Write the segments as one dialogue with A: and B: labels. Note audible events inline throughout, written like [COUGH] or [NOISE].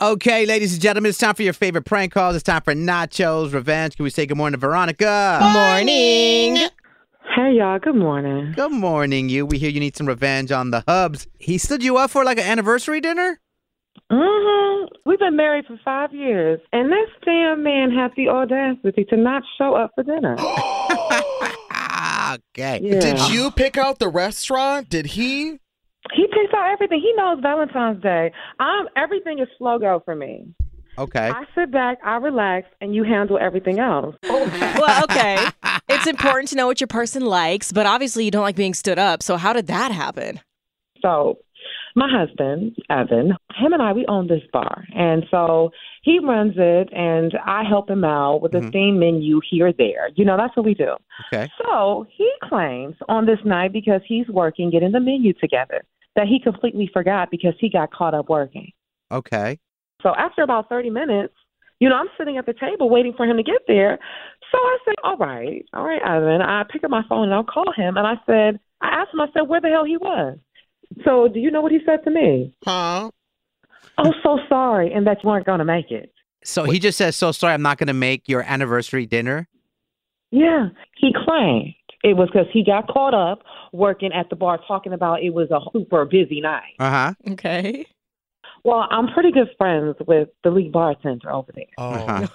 A: Okay, ladies and gentlemen, it's time for your favorite prank calls. It's time for Nachos Revenge. Can we say good morning to Veronica?
B: Morning.
C: Hey y'all, good morning.
A: Good morning, you. We hear you need some revenge on the hubs. He stood you up for like an anniversary dinner? [LAUGHS]
C: hmm We've been married for five years, and this damn man has the audacity to not show up for dinner. [GASPS]
A: Ah, okay.
C: Yeah.
B: Did you pick out the restaurant? Did he?
C: He picks out everything. He knows Valentine's Day. I'm everything is slow go for me.
A: Okay.
C: I sit back, I relax, and you handle everything else.
B: Well,
D: okay. It's important to know what your person likes, but obviously you don't like being stood up. So how did that happen?
C: So, my husband, Evan, him and I, we own this bar. And so he runs it, and I help him out with the
A: Mhm.
C: theme menu here or there. You know, that's what we do.
A: Okay.
C: So he claims on this night, because he's working, getting the menu together, that he completely forgot because he got caught up working.
A: Okay.
C: So after about 30 minutes, you know, I'm sitting at the table waiting for him to get there. So I said, all right, all right, Evan. I pick up my phone and I'll call him. And I said, I asked him, I said, where the hell he was. So do you know what he said to me?
B: Huh?
C: Oh, so sorry, and that you weren't going to make it.
A: So he just says, so sorry, I'm not going to make your anniversary dinner.
C: Yeah, he claimed it was because he got caught up working at the bar talking about it was a super busy night.
A: Uh huh.
D: Okay.
C: Well, I'm pretty good friends with the lead bartender over there.
B: Oh.
A: Uh-huh.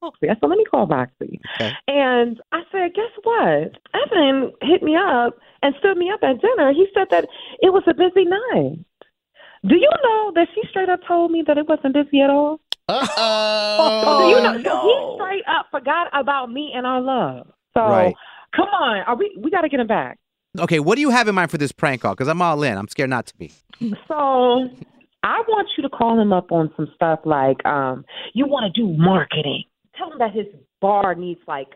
C: Roxy. I said, let me call Roxy.
A: Okay.
C: And I said, guess what? Evan hit me up and stood me up at dinner. He said that it was a busy night. Do you know that she straight up told me that it wasn't busy at all?
B: Uh-oh.
C: Do you know, He straight up forgot about me and our love. So
A: Right.
C: come on, are we we got to get him back.
A: Okay, what do you have in mind for this prank call? Because I'm all in. I'm scared not to be.
C: So I want you to call him up on some stuff like um, you want to do marketing. Tell him that his bar needs like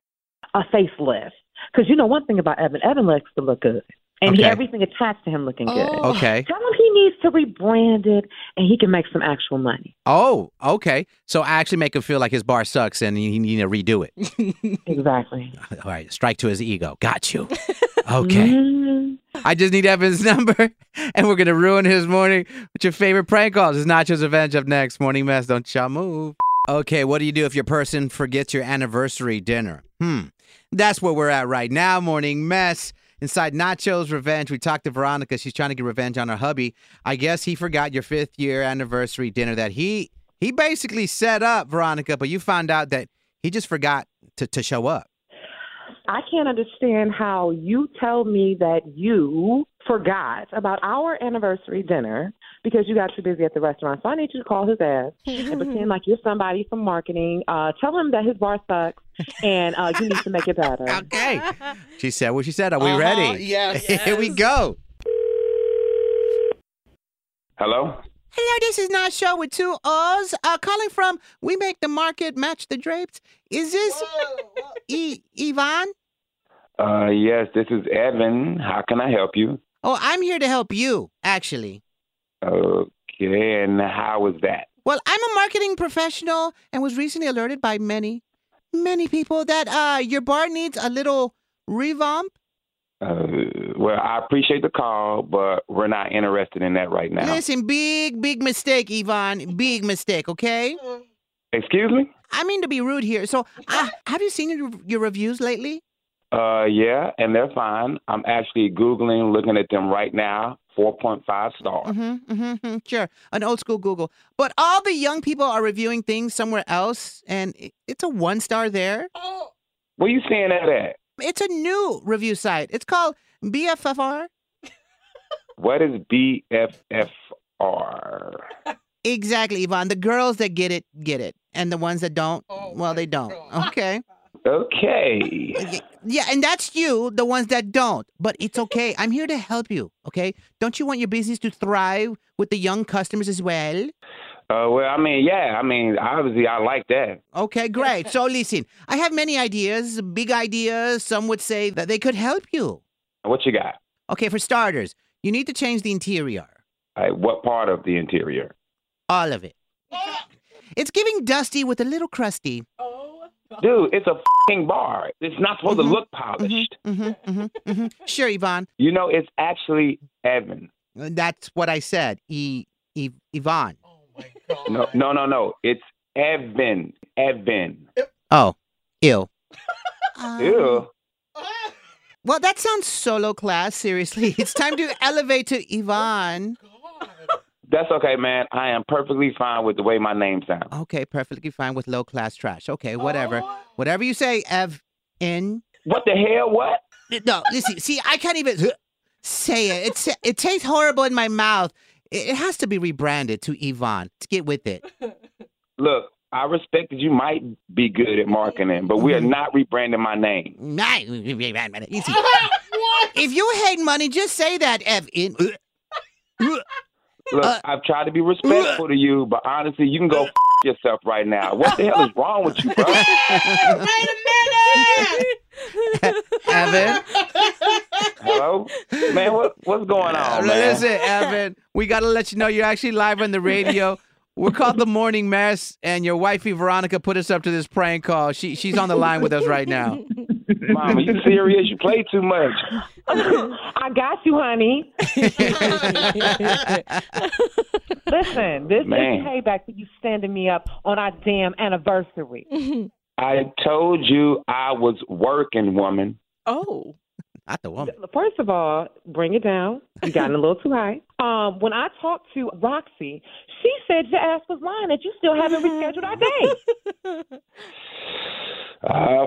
C: a facelift. Because you know one thing about Evan, Evan likes to look good, and he,
A: Okay.
C: everything attached to him looking good.
B: Oh.
A: Okay.
C: Tell him he needs to rebrand it, and he can make some
A: [LAUGHS]
C: actual money.
A: Oh, okay. So I actually make him feel like his bar sucks and he need to redo it.
C: Exactly.
A: All right, strike to his ego. Got you. Okay.
C: Mhm.
A: I just need Evan's [LAUGHS] number and we're going to ruin his morning with your favorite prank calls. It's Nacho's Revenge up next. Morning mess. Don't y'all move. Okay, what do you do if your person forgets your anniversary dinner? Hmm. That's where we're at right now. Morning mess. Inside Nacho's Revenge, we talked to Veronica. She's trying to get revenge on her hubby. I guess he forgot your fifth year anniversary dinner that he he basically set up, Veronica, but you found out that he just forgot to, to
B: [LAUGHS]
A: show up.
C: I can't understand how you tell me that you forgot about our anniversary dinner because you got too busy at the restaurant. So I need you to call his ass and pretend like you're somebody from marketing. Uh, tell him that his bar sucks and uh, you need to make it better.
A: Okay. She said what she said. Are we
B: Uh-huh.
A: ready?
B: Yes.
A: [LAUGHS] Here we go.
E: Hello?
A: Hello, this is Not Show with two O's. Uh, calling from We Make the Market Match the Drapes. Is this e- Yvonne?
E: Uh, yes, this is Evan. How can I help you?
A: Oh, I'm here to help you, actually.
E: Okay, and how was that?
A: Well, I'm a marketing professional and was recently alerted by many, many people that uh, your bar needs a little revamp.
E: Uh, well, I appreciate the call, but we're not interested in that right now.
A: Listen, big, big mistake, Yvonne. Big mistake, okay?
E: Excuse me?
A: I mean to be rude here. So, uh, have you seen your, your reviews lately?
E: Uh, yeah, and they're fine. I'm actually Googling, looking at them right now. 4.5 stars.
A: Mm-hmm, mm-hmm, sure, an old school Google. But all the young people are reviewing things somewhere else, and i- it's a one star there.
E: Where you seeing that at?
A: It's a new review site. It's called BFFR.
E: What is BFFR?
A: Exactly, Yvonne. The girls that get it, get it. And the ones that don't, well, they don't. [LAUGHS] Okay. [LAUGHS]
E: Okay.
A: Y- Yeah, and that's you, the ones that don't. But it's okay. I'm here to help you, okay? Don't you want your business to thrive with the young customers as well?
E: Uh, well, I mean, yeah, I mean, obviously, I like that.
A: Okay, great. So listen, I have many ideas, big ideas. Some would say that they could help you.
E: What you got?
A: Okay, for starters, you need to change the interior,
E: Like, what part of the interior?
A: all of it. It's giving dusty with a little crusty.
E: Dude, it's a fing bar. It's not supposed to look polished.
A: hmm hmm hmm Sure, Yvonne.
E: You know, it's actually Evan.
A: That's what I said. E, e- Yvonne.
E: No, no, no, no. It's Evan. Evan.
A: Oh, ew.
E: Uh,
A: Um,
E: Ew.
A: Well, that sounds solo class. Seriously, it's time to elevate to Yvonne.
E: That's okay, man. I am perfectly fine with the way my name sounds.
A: Okay, perfectly fine with low class trash. Okay, whatever. Whatever you say, Ev. In.
E: What the hell? What?
A: No, listen. See, I can't even say it. It's, it tastes horrible in my mouth. It it has to be rebranded to Yvonne. Let's get with it.
E: Look, I respect that you might be good at marketing, but we are not rebranding my name.
A: Easy. If you hate money, just say that, Ev. In.
E: Look,
A: Uh,
E: I've tried to be respectful to you, but honestly, you can go f- yourself right now. What the hell is wrong with you, bro?
A: Evan.
E: Hello, man. What what's going on, Oh, man?
A: Listen, Evan, we got to let you know you're actually live on the radio. We're called The Morning Mess, and your wifey, Veronica, put us up to this prank call. She, she's on the line with us right now.
E: Mom, are you serious? You play too much.
C: I got you, honey. Listen, this
E: Man.
C: is payback for you standing me up on our damn anniversary.
E: I told you I was working, woman.
D: oh.
A: Not the woman.
C: First of all, bring it down. You gotten a little too high. Um, when I talked to Roxy, she said your ass was lying that you still haven't rescheduled our day.
E: Uh,